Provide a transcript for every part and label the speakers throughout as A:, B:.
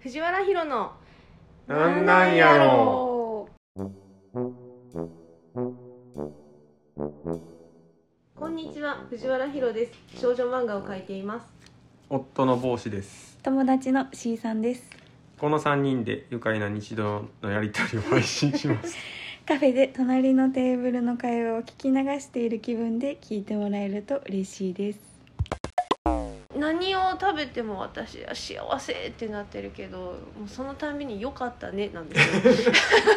A: 藤原ヒロの
B: なんなんやろ
A: こんにちは藤原ヒロです少女漫画を描いています
B: 夫の帽子です
C: 友達の C さんです
B: この三人で愉快な日常のやりとりを配信します
C: カフェで隣のテーブルの会話を聞き流している気分で聞いてもらえると嬉しいです
A: 何を食べても私は幸せってなってるけどもうそのたんびに「良かったね」なん ですよ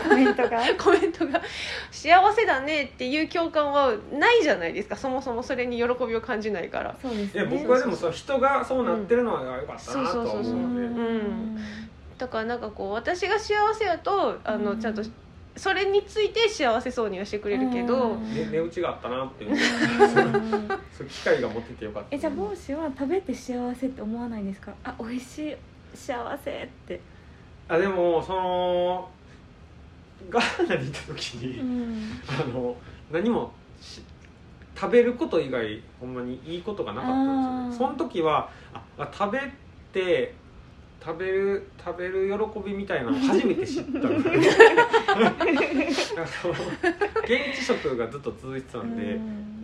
C: コメントが
A: コメントが「幸せだね」っていう共感はないじゃないですかそもそもそれに喜びを感じないから
C: そうで す
B: い
C: ね
B: や僕はでもそう人がそうなってるのは良かったなとは
A: そう
B: 思
A: そうう
B: ので
A: んだからなんかこう私が幸せやとあの、
C: うん
A: ちゃんとそれについて幸せそうにはしてくれるけど、
C: うん
B: ね値打ちがあったなっていう
C: うん
B: そういう機会が持っててよかった
C: えじゃあ帽子は食べて幸せって思わないんですかあ美味しい幸せって
B: あでもそのガーナに行った時に、
C: ん
B: あの何もし食べること以外ほんまにいいことがなかったんですよねそ
C: あー
B: の時はああ食べて食べる食べる喜びみたいなのを初めて知 ったのあの現地食がずっと続いてたんで、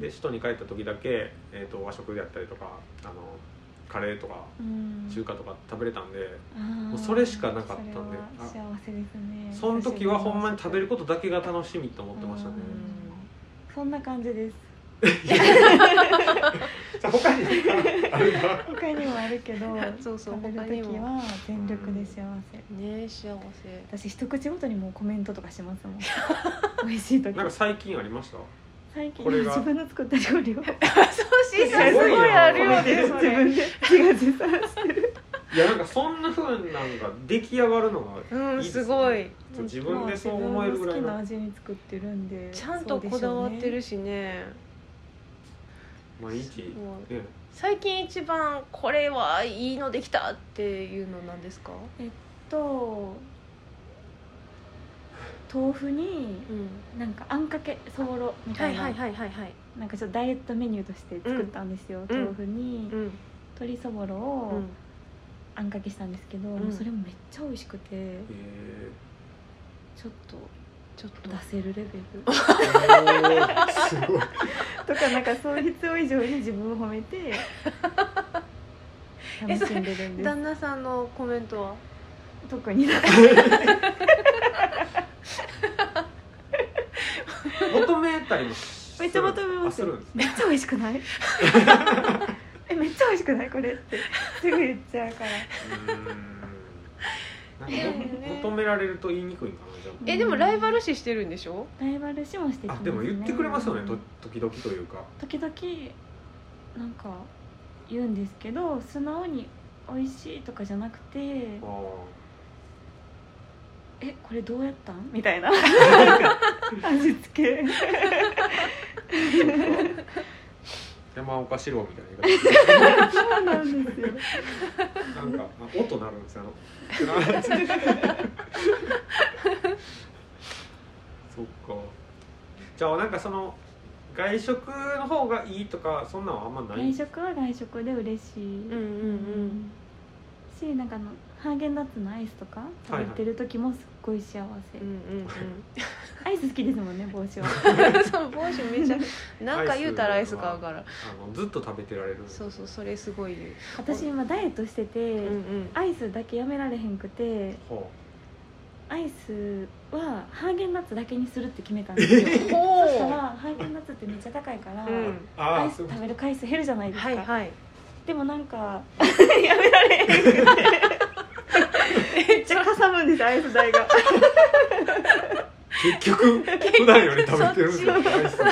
B: で首都に帰った時だけ、えー、と和食であったりとかあのカレーとか
C: うん
B: 中華とか食べれたんで、
C: あー
B: もうそれしかなかったんで
C: それは幸せですね
B: その時はほんまに食べることだけが楽しみと思ってましたね
C: うんそんな感じです
B: じゃあ他にあれが
C: 他にもあるけど
A: そうそう
C: 食べ
A: 他
C: る
A: に
C: 時
A: も
C: は全力で幸せ、
A: ね幸せ
C: 私一口ごとにもうコメントとかしますもん 美味しい 時
B: なんか最近ありました
C: 最近
B: これが
C: 自分の作った料 理 を
A: そうしんさん
B: す
A: す
B: ごいな
A: ごいあるよ
B: それ
A: ねそ
C: 自分
A: れ
C: で自画自賛してる
B: いやなんかそんなふうなんか出来上がるのが
A: う
B: いい
A: ん
B: ですす
A: ご
B: ね
A: い
B: 自分でそう思えるぐらい
C: まあ
B: の
C: 自分の好きな味に作ってるんで
A: ちゃんとこだわってるしね
B: 毎日ね
A: もう最近一番これはいいのできたっていうのなんですか
C: と豆腐に
A: うん
C: なんかあんかけそぼろみ
A: は
C: た
A: い
C: いな,、
A: はいはいはいはい
C: なんかちょっとダイエットメニューとして作ったんですよ、
A: うん
C: 豆腐に
A: うん
C: 鶏そぼろ
A: う
C: を
A: ん
C: あんかけしたんですけど、
A: ん
C: もうそれもめっちゃ美味しくて
B: え
C: ちょっと
A: ちょっと
C: 出せるレベル
B: ー、おーすごい
C: とかなんかそう必要以上に自分を褒め て
A: えそ
C: 楽
A: れ
C: しんでるんです
A: 旦那さんのコメントは
C: 特になんか
B: 求めたりもする
C: めっちゃ求めます
B: あるんです
C: めっちゃ美味しく ないえめっちゃ美味しくないこれってすぐ言っちゃうから
B: うーんなんか
A: いやね
B: 求められると言いにくいかなじゃ
C: うん
A: えでもライバル視してるんでしょ
C: ライバル視もしてき
B: あ,、
C: ます、
B: あで
C: ね、
B: も言ってくれますよねと時々というか
C: 時々なんか言うんですけど素直に美味しいとかじゃなくて
B: あー
C: えこれどうやったんみたいな味付け
B: 山岡四郎みたいな言い
C: そうなんですよ
B: 方なんかあ音鳴るんですよあのそっかじゃあなんかその外食の方がいいとかそんなのはあんまない
C: 外食は外食で嬉しい、
A: うんうんうん
C: しなんかあのハーゲンダッツのアイスとか食べてる時もすっごい幸せ、
A: うんうん
C: アイス好きですもんね 帽子は
A: うんそう帽子めちゃなんか言うたらアイス買うから
B: あのずっと食べてられる
A: そうそうそれすごい言う
C: 私今ダイエットしてて、
A: うんうん
C: アイスだけやめられへんくて
B: ほ
C: アイスはハーゲンダッツだけにするって決めたんですよそ
A: ほう
C: したらハーゲンダッツってめっちゃ高いから、
A: う
B: う、
A: ん
B: あ
C: ア
B: あ
C: イス食べる回数減るじゃないですか、
A: はいはい
C: でもなんかやめられへんくてめっちゃかさむんですアイス代が
B: 結局普段より食べてるんですよ
A: そ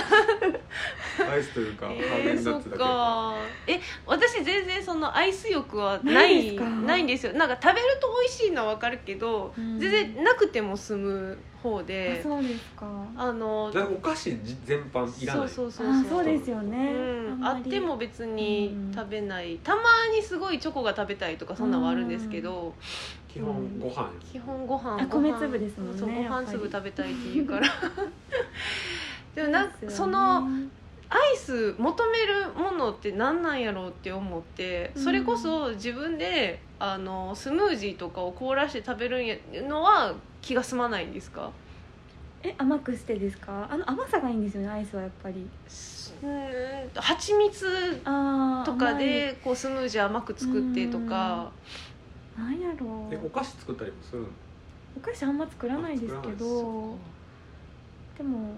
B: ア
A: っち
B: イスアイスというか、ハーゲ
A: えー、
B: ンダ
A: そ
B: ッ
A: っ
B: ツだけど
A: かえ私全然そのアイス欲はない
C: ないですか
A: ないんですよなんか食べると美味しいのは分かるけど、
C: うん
A: 全然なくても済む方
C: あ
A: で
C: そうですか
A: あの
B: だからお菓子全般いらない
A: そうそうそう
C: あ
A: そう
C: そうですよね、
A: うん、あ
C: んま
A: っ
C: り
A: ても別に食べない、たまにすごいチョコが食べたいとかそんなんはあるんですけど、
B: 基本ご飯
A: 基本ご飯
C: あ
A: ご飯
C: 米粒ですもんね
A: そうご
C: やっぱ
A: 飯
C: り
A: 粒食べたいっていうから でもなん
C: で
A: か
C: す
A: そ
C: よね
A: のアイス求めるものって何なんやろうって思ってそれこそ自分であのスムージーとかを凍らして食べるんやのは気が済まないんですか
C: え甘くしてですかあの甘さがいいんですよねアイスはやっぱり
A: うーん蜂蜜
C: あー
A: とか
C: 甘い
A: でこうスムージー甘く作ってとか
C: なんやろ
B: えお
C: う
B: 菓子作ったりもするの
C: お菓子あんま作らないですけどでも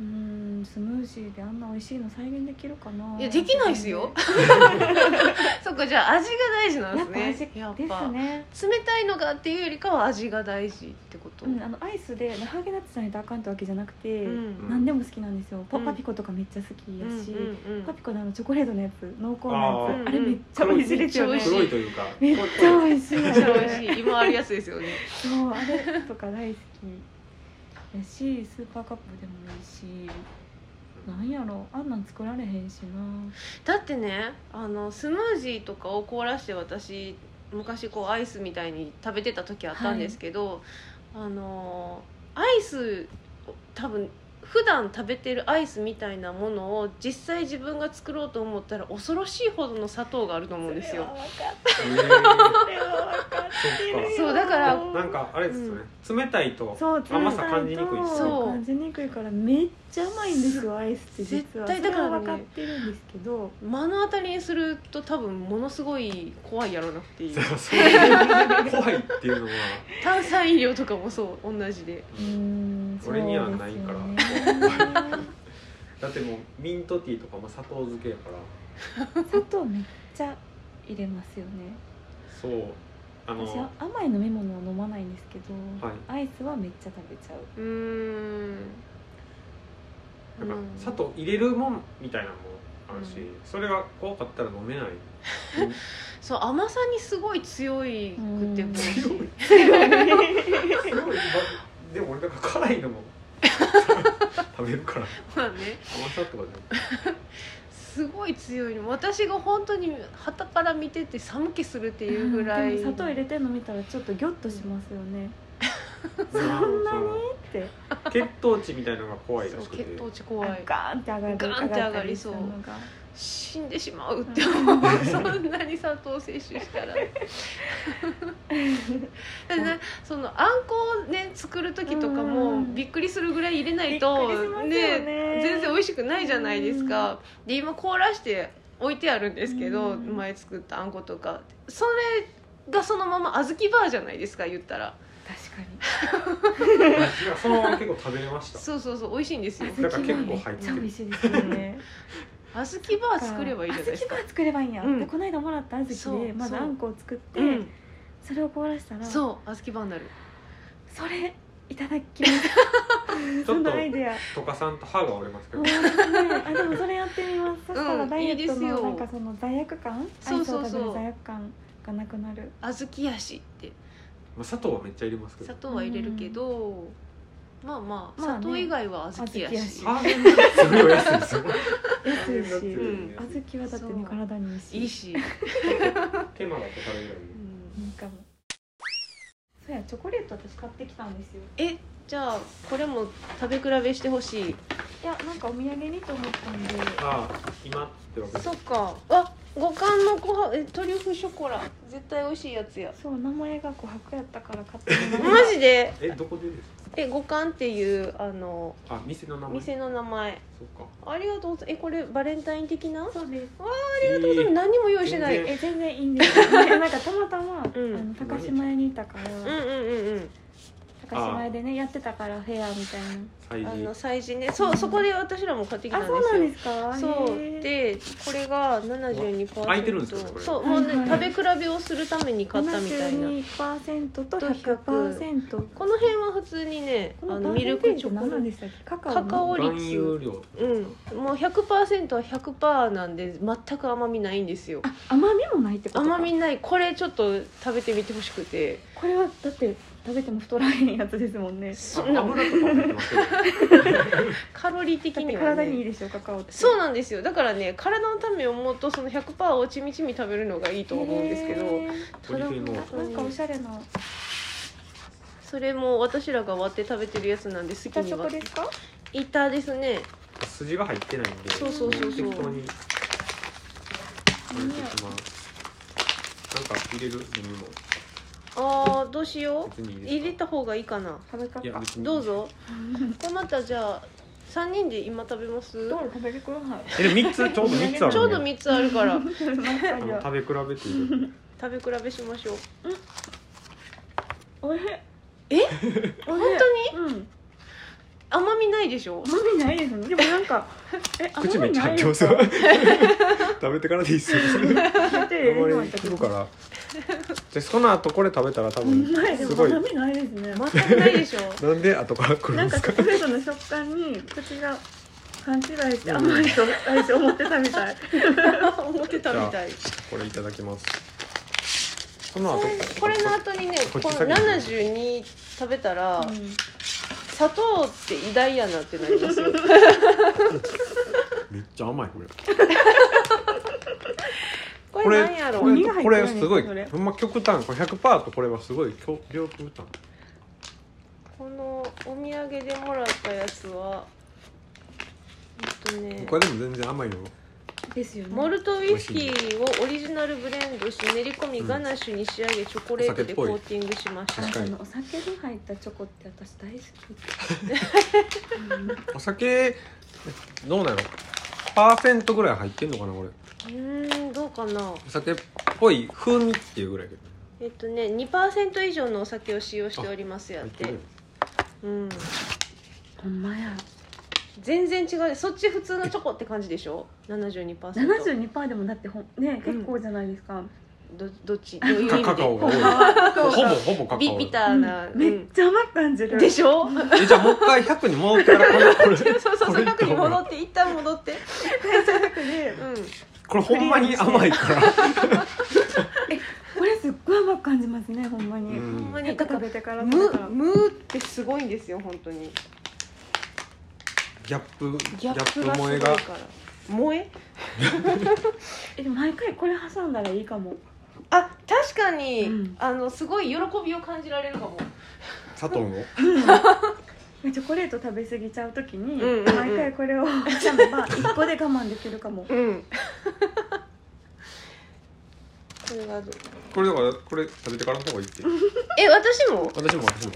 C: うーんスムージーであんな美味しいの再現できるかないい
A: やできないですよそっかじゃあ味が大事なん
C: や
A: で
C: っ
A: す
C: ぱ
A: ね
C: 味ですね
A: 冷たいのがっていうよりかは味が大事ってこと、
C: うん、あのアイスでハーゲンダッツじゃないとあかんってわけじゃなくて、
A: うん
C: 何でも好きなんですよパ
A: うん
C: パピコとかめっちゃ好きやし、
A: うんうんうん
C: パピコのあのチョコレートのやつ濃厚なやつ
A: あー
C: あれめっちゃ美味しいですよ
A: め
C: ね
A: っちゃ
B: 黒いというか
C: めっちゃ美味しい
A: めっちゃ美味しい今あるやつですよね
C: そうあれとか大好きやしスーパーカップでもいいしなんやろあんなん作られへんしな
A: だってねあのスムージーとかを凍らして私昔こうアイスみたいに食べてた時あったんですけど、あのアイス多分普段食べてるアイスみたいなものを実際自分が作ろうと思ったら恐ろしいほどの砂糖があると思うんですよ
B: え
C: れは分かっ
B: るよ
A: そっかそうだから
B: ーなんかあれですよね、冷たいと
C: そう
B: 甘さ感じにくい
C: そう
A: そう
C: 感じにくいからめっちゃ甘いんですよアイスって実は
A: 絶対だからね
C: それは分かってるんですけど
A: 目の当たりにすると多分ものすごい怖いやろうなっていう
B: そうそういう怖いっていうのは
A: 炭酸飲料とかもそう同じで
C: うーん
B: 俺にはないから
C: そうですよね
B: だってもうミントティーとかも砂糖漬けやから
C: 砂糖めっちゃ入れますよね
B: そうあの
C: 私は甘い飲み物は飲まないんですけど、
B: はい
C: アイスはめっちゃ食べちゃう
A: うーん
B: なんか
A: うん
B: 砂糖入れるもんみたいなのもあるし、
A: うん
B: それが怖かったら飲めない
A: そう甘さにすごい強いくて
C: うん
A: も
B: 強いすごいでも俺なんか辛いのも食べるから
A: まあね
B: 甘さとかじ
A: すごい強いの私が本当に旗から見てて寒気するっていうぐらい、
C: でも砂糖入れてるの見たらちょっとギョッとしますよね
B: ゃない
C: そんなに
B: その
C: って
B: 血糖値みたいなのが怖いら
A: そう
B: しく
A: 血
B: て
A: 糖値怖い
C: ガーンって上がる
A: ガーンって上がりそう
C: 上がった
A: 死んでしまうって思うそんなに砂糖摂取したらでねそのあんこをね作る時とか
C: う
A: も
C: ん
A: びっくりするぐらい入れないと
C: びっくりしますよね
A: 全然美味しくないじゃないですかで今凍らして置いてあるんですけど
C: うん
A: 前作ったあんことかそれがそのまま小豆バーじゃないですか言ったら
C: 確かに
B: いやそのまま結構食べれました
A: そうそうそう美味しいんですよ
B: だから結構入ってる
C: めっちゃ美味しいですよね
A: 小豆バー作ればいいじゃないですか
C: 小豆バー作ればいいんや、
A: うん
C: でこの間もらった小
A: そ
C: 豆で
A: う
C: まず
A: そう
C: あんこを作って、
A: うん
C: それを凍らしたら
A: そう小豆バーになる
C: それいただきます そのアイデア
B: とかさんと歯が折れます け
C: も
B: ど
C: うねあでもそれやってみますそしたらダイエット
A: いいです
C: の
A: よ
C: なんかその罪悪感ア
A: そ
C: イ
A: う
C: ス
A: そうそう
C: を食べる罪悪感がなくなる
A: 小豆やしって
B: まあ、砂糖はめっちゃ入れますけど
A: 砂糖は入れるけど、まあまあ、
C: まあね
A: 砂糖以外は小豆やし
C: 小
B: ハーゲンダッツよりは安いですよ
C: 安いし
B: 安い
A: うん
C: 小豆はだって
A: そう
C: ね体にいいし
A: いいし、
B: 手間がかかるぐらい
C: いいかもそうやチョコレート私買ってきたんですよ
A: えじゃあこれも食べ比べしてほしい
C: いやなんかお土産にと思ったんで
B: ああ今ってわけです
A: そっかあ五感のごはえトリュフショコラ絶対美味しいやつや
C: そう名前が琥珀やったから買ってみま
A: マ
C: した
A: ジで
B: えどこでですか
A: え五感っていうあの
B: あ店の名前
A: 店の名前
B: そっか
A: ありがとうございますえこれバレンタイン的な
C: そうです
B: ありがとうござい
A: 何も用意してない
B: 全
A: え
C: え全然いいんですよ なんかたまたま、
A: ん
C: あの高島屋にいたから、
A: うんうんうんうん
C: 高島屋でねやってたからフェアみたいな
A: あ
B: 催事
A: の催事ねそうそこで私らも買ってきたん
C: あ
A: です
C: そ
A: よ
C: うなんですか
A: そう
C: へー
A: でこれが72%
B: 空いてるんですかこれ
A: そうもう、ね
C: はいはい
A: 食べ比べをするために買ったみたいな
C: 72%
A: と
C: と100%
A: この辺は普通にね
C: こ
A: あ
C: の
A: の
C: パ
A: ミ
C: ーセ
A: ル
C: ンテ
A: ク
C: ー
A: チ
C: ジ
A: ョコ
C: 何なんでしたっけカカオの
A: カカオ
B: 含有量
A: うんもう100%は100%なんで全く甘みないんですよ
C: あ甘みもないってことか
A: 甘みないこれちょっと食べてみてほしくて
C: これはだって食べても太らへんやつですもんね
A: そん
B: 油
A: な
B: とか入ってますけど
A: カロリー的
C: だっ
A: に
C: て
A: は、
C: 体にいい
A: ね、
C: でしょカカオって
A: そうなんですよだからね体のためを思うとその100%をちみちみ食べるのがいいと思うんですけ
C: へ
A: ど
C: ー
A: ただ
B: ポリフェノール
C: なんかおしゃれな
A: それも私らが割って食べてるやつなんで好き
C: 板
A: に
C: チョコ
A: 割っ
C: で
A: て
C: すか
A: 板ですね
B: 筋が入ってないんで
A: そうそうそうそう
B: 適当に入れていきますなんか入れる飲みも
A: あーどうしよ
B: 別に
A: う
B: いい
A: 入
B: で
A: れ
B: すか
A: た方がいいかない
C: 食べ方
B: いや別に
A: どうぞこれまたじゃあ3人で今食べます
C: どう食べてください
B: えでも三つちょうど三つあるんで
A: ちょうど3つあるから
B: あ
C: なん
B: の
C: かや
B: 食べ比べている
A: 食べ比べしましょう
C: おいしい
A: え
C: 本当にうん
A: 甘みないでしょ
C: 甘みないですねでもなんかえ甘
B: 口め
C: み
B: っちゃ
C: ない
B: 張ってま
C: で
B: す
C: す
B: よ
C: か
B: 食べてからでいいっすよ
C: 出
B: あ
C: てる
B: んまり
C: 今言ったけ
B: 聞
C: ど
B: くからでその後これ食べたら多
C: う
B: 分
C: んないですも
B: ごい
C: 甘みないですね
A: 全くないで しょ
B: なんで後から来る
C: なんん
B: で
C: か
B: すか
C: チョコレートの食感に口が勘違いして
B: うん
C: 甘いと最初思ってたみたい。
A: 思ってたみたい
B: これいただきますこの後
A: これこれの後にね
B: こ
A: こ
B: っち
A: の
B: 先に
A: 72食べたら、
C: う
A: 砂糖って偉大やなってなりますよ
B: めっちゃ甘いこれ
A: これなんやろ
B: これ
C: 何
A: う
C: が入って
B: こ
C: る
B: れ
C: んです
B: す
C: か
B: ごい
C: それ
B: ほんま極端これ100%とこれはすごい極両極端
A: このお土産でもらったやつはえっとね
B: これでも全然甘いよ
C: んですよね。
A: モルトウイスキーをオリジナルブレンドし練り込み
B: うん
A: ガナッシュに仕上げチョコレートでコーティングしました
B: お酒っぽい
C: あのお酒に入ったチョコって私大好き。
B: お酒どうなのパーセントぐらい入ってんのかなこれ
A: うーんどうかな
B: お酒っぽい風味っていうぐらいやけど
A: えっとね2%以上のお酒を使用しておりますやっ
B: 入って
A: て
B: る
A: うん
C: ほんまや。
A: 全然違うそっち普通のチョコって感じでしょ72%
C: 七十二パーでもだってほんね結構じゃないですか。
A: どどっ ちどういう意味
B: カ
A: で
B: カオが多いほぼほぼカカオ
A: ビビターな、
C: うんめっちゃ甘く感じ
A: うん
C: る。
A: でしょ
B: えじゃあもう一回100に戻ってからこれこ れ
A: そうそう
B: こ
A: そう
B: れ
A: 角に戻って一旦戻って
C: で
A: うん
B: これほんまに甘いから
C: これすっごい甘く感じますねほんま
B: う
C: に。
A: ほんま
C: なん
A: に
C: か
A: だから
C: 食べてから
A: ム
C: 食べたら
A: ムーってすごいんですよ本当に
B: ギャップ
A: ギャップがすご
B: 萌え
A: い
B: が
A: から萌え
C: えでも毎回これ挟んだらいいかも。
A: あ確かに、
C: うん
A: あのすごい喜びを感じられるかも
B: 砂糖の
C: チョコレート食べ過ぎちゃうときに
A: うんうんうん
C: 毎回これを挟めば一個で我慢できるかも。
A: うん これがどう
B: これだからこれ食べてからの方がいいって
A: え私も
B: 私も私も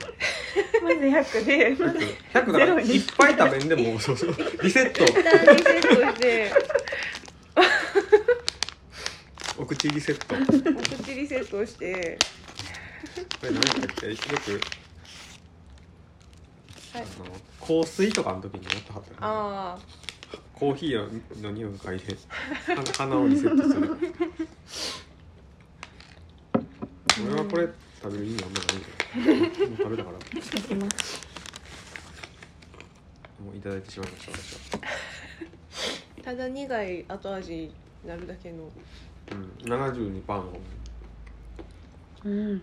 C: まず100で。
B: 100だからいっぱい食べんでもそうそうリセット
A: 一旦リセット して
B: お口リセットこ
A: お口リセットして
B: れ何だっけよくあ
A: はい
B: の香水とかの時にやってはったよね
A: ああ
B: コーヒーの匂い嗅いでは鼻をリセットする俺はこれ食べる意味あんまないんだよもう食べたから
C: いきます。
B: もういただいてしまいました私は
A: ただ苦い後味になるだけの
B: うん、72パンを
C: うん。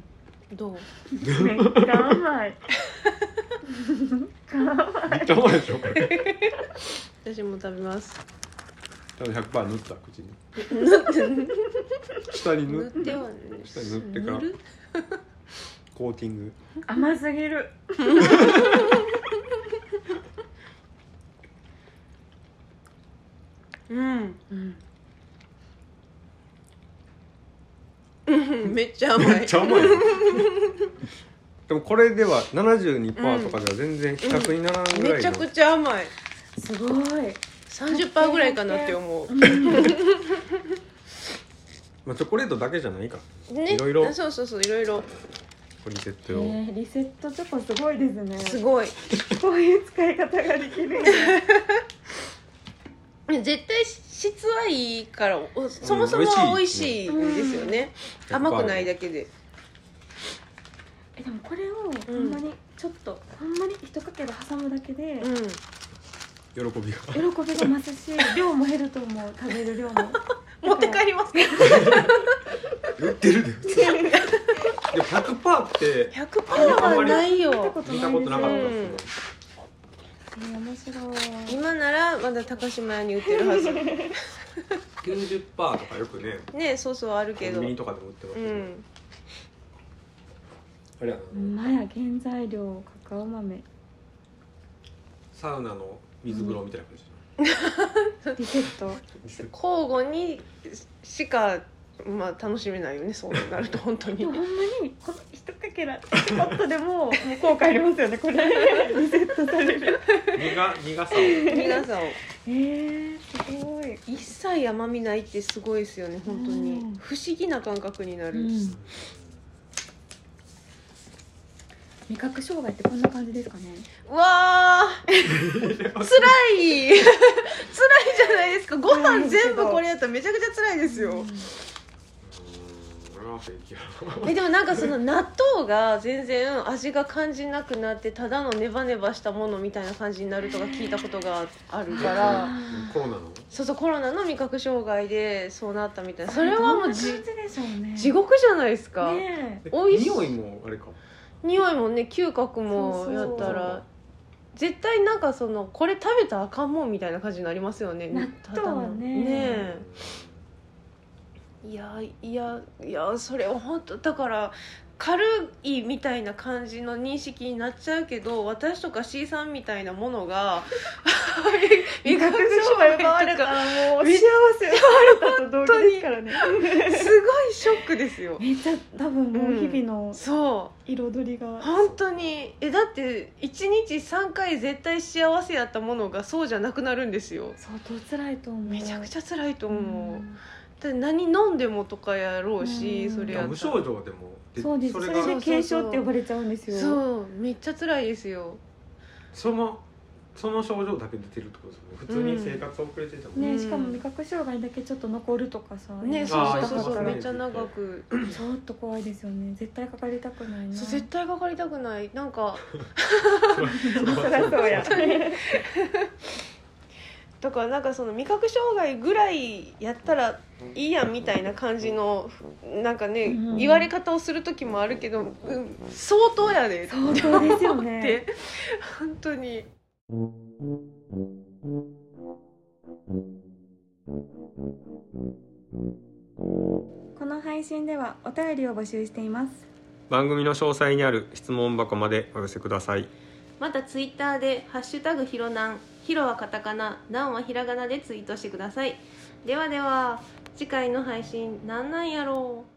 A: どう
C: めっちゃ甘い。
B: めっちゃ甘いでしょこれ
A: 私も食べます
B: ただ100パー塗った口に
A: 塗って
B: 下に塗
A: 塗
B: っ
A: ってはね
B: 下に塗ってから
A: 塗る
B: コーティング
C: 甘すぎる。
A: うん
C: うん。
A: うん めっちゃ甘い
B: めっちゃ甘いでもこれでは72パーとかでは全然比較にならんぐら
A: め
B: い
A: ち
B: の、
A: ゃくちゃ甘い
C: すごい。
A: 30%ぐらいかなって思う
B: まあ、チョコレートだけじゃないか
A: ね
B: いろいろ
A: あそうそうそういろいろ
B: これリセッ
C: え
B: ト用、
C: ー、リセットチョコすごいですね。
A: すごい
C: こういう使い方ができるんだ。
A: 絶対質はいいからおそもそもは美味しいんですよね
B: うん
A: 甘くないだけで
C: え、でもこれをほんまにちょっと、ほんまに一かけら挟むだけで、
A: うん
B: 喜びが
C: 喜びが増すし、量も減ると思う。食べる量 も。
A: 持って帰りますね
B: 売ってるで普通にでも100パーって
A: 100%はない
C: 見た
A: よ
C: こと
B: 見
C: な
B: た
C: い
B: こ
C: で
B: と
C: す
B: な
C: よ
B: かった
A: う
B: で
A: ん
B: す
C: えー面白い。
A: 今ならまだ高島屋に売ってるはず
B: けど、90パーとかよくね
A: ねそうそうある
B: コ
A: け
B: ン
A: ど
B: ビニ
A: う
B: とかでも売ってますけど、
A: ん
B: あれやな
C: ほんまや原材料カカオ豆。
B: サウナの水風呂みたいな感じ、
C: リセット
A: 交互にしか、まあ、楽しめないよねそうな ると本当
C: で
A: に
C: もほんまにこの一かけらちょっとで ももう効果ありますよねこれリセットされる
B: 苦苦さ を
A: 皆さん
C: えー、すごい
A: 一切甘みないってすごいですよね本当に
C: うん
A: 不思議な感覚になる、
C: うん味覚障害ってこんな感じですかね
A: うわー 辛い辛いじゃないですかご飯全部これやったらめちゃくちゃ辛いですよ、
C: うん
B: うん俺は平気や
A: えでもなんかその納豆が全然味が感じなくなってただのネバネバしたものみたいな感じになるとか聞いたことがあるか
C: あ
A: ら
C: ー
B: コロナの
A: そうそうコロナの味覚障害でそうなったみたいなそれはもう
C: どんな
A: じ
C: 感じでしょうね
A: 地獄じゃないですか、
C: ねえ
B: で
A: 美味しい
B: 匂いもあれか
A: 匂いもね嗅覚も
C: そうそう
A: や
C: そう
A: ったら絶対なんかそのこれ食べたらあかんもんみたいな感じになりますよね
C: 納豆はね
A: ただのねえいやいやいやそれ本当だから軽いみたいな感じの認識になっちゃうけど私とか C さんみたいなもの が味
C: 味
A: 覚
C: 覚障害
A: 障
C: 奪わ
A: 害
C: れ
A: と
C: た
A: から
C: もう
A: め
C: 幸
A: っ
C: せ奪われたと同義ですからね
A: すごいショックですよ
C: めっちゃ多分もう日々の
A: そう
C: 彩り が、
A: 本当にえだって1日3回絶対幸せやったものがそうじゃなくなるんですよ
C: 相当辛いと思う
A: めちゃく
C: ゃ
A: ちゃ辛いと思う、
C: ん
A: だって何飲んでもとかやろうし、
C: うん
A: それ
B: い
A: や
B: や
A: った
B: 無
A: ら
B: 症状でもで
C: そうですそ
B: そ
C: れ
B: れが
A: そ
C: で軽症って呼ばれちゃうんですよ
A: そうめっちゃ辛いですよ
B: そのその症状だけ出てるってことですよね普通に生活遅れてても、
A: うん
C: ねしかも味覚障害だけちょっと残るとかさ
A: ね
C: 今
A: そう
B: あー
A: そうそうそう
B: 忙しい
A: め
B: ね
A: っちゃ長く
C: ちょっと怖いですよね絶対かかりたくないな
A: そう絶対かかりたくないなんか
B: そ
C: そりゃそうや
A: だからなんかその味覚障害ぐらいやったらいいやんみたいな感じのなんかね、
C: うん
A: 言われ方をする時もあるけど、うん、相当やでって
C: 相当ですよ
A: っ
C: ね
A: て本当に
C: この配信ではお便りを募集しています
B: 番組の詳細にある質問箱までお寄せください
A: またツイッターで「ハッシュタグひろなん」「ひろはカタカナ」「なん」はひらがなでツイートしてくださいではでは次回の配信なんなんやろう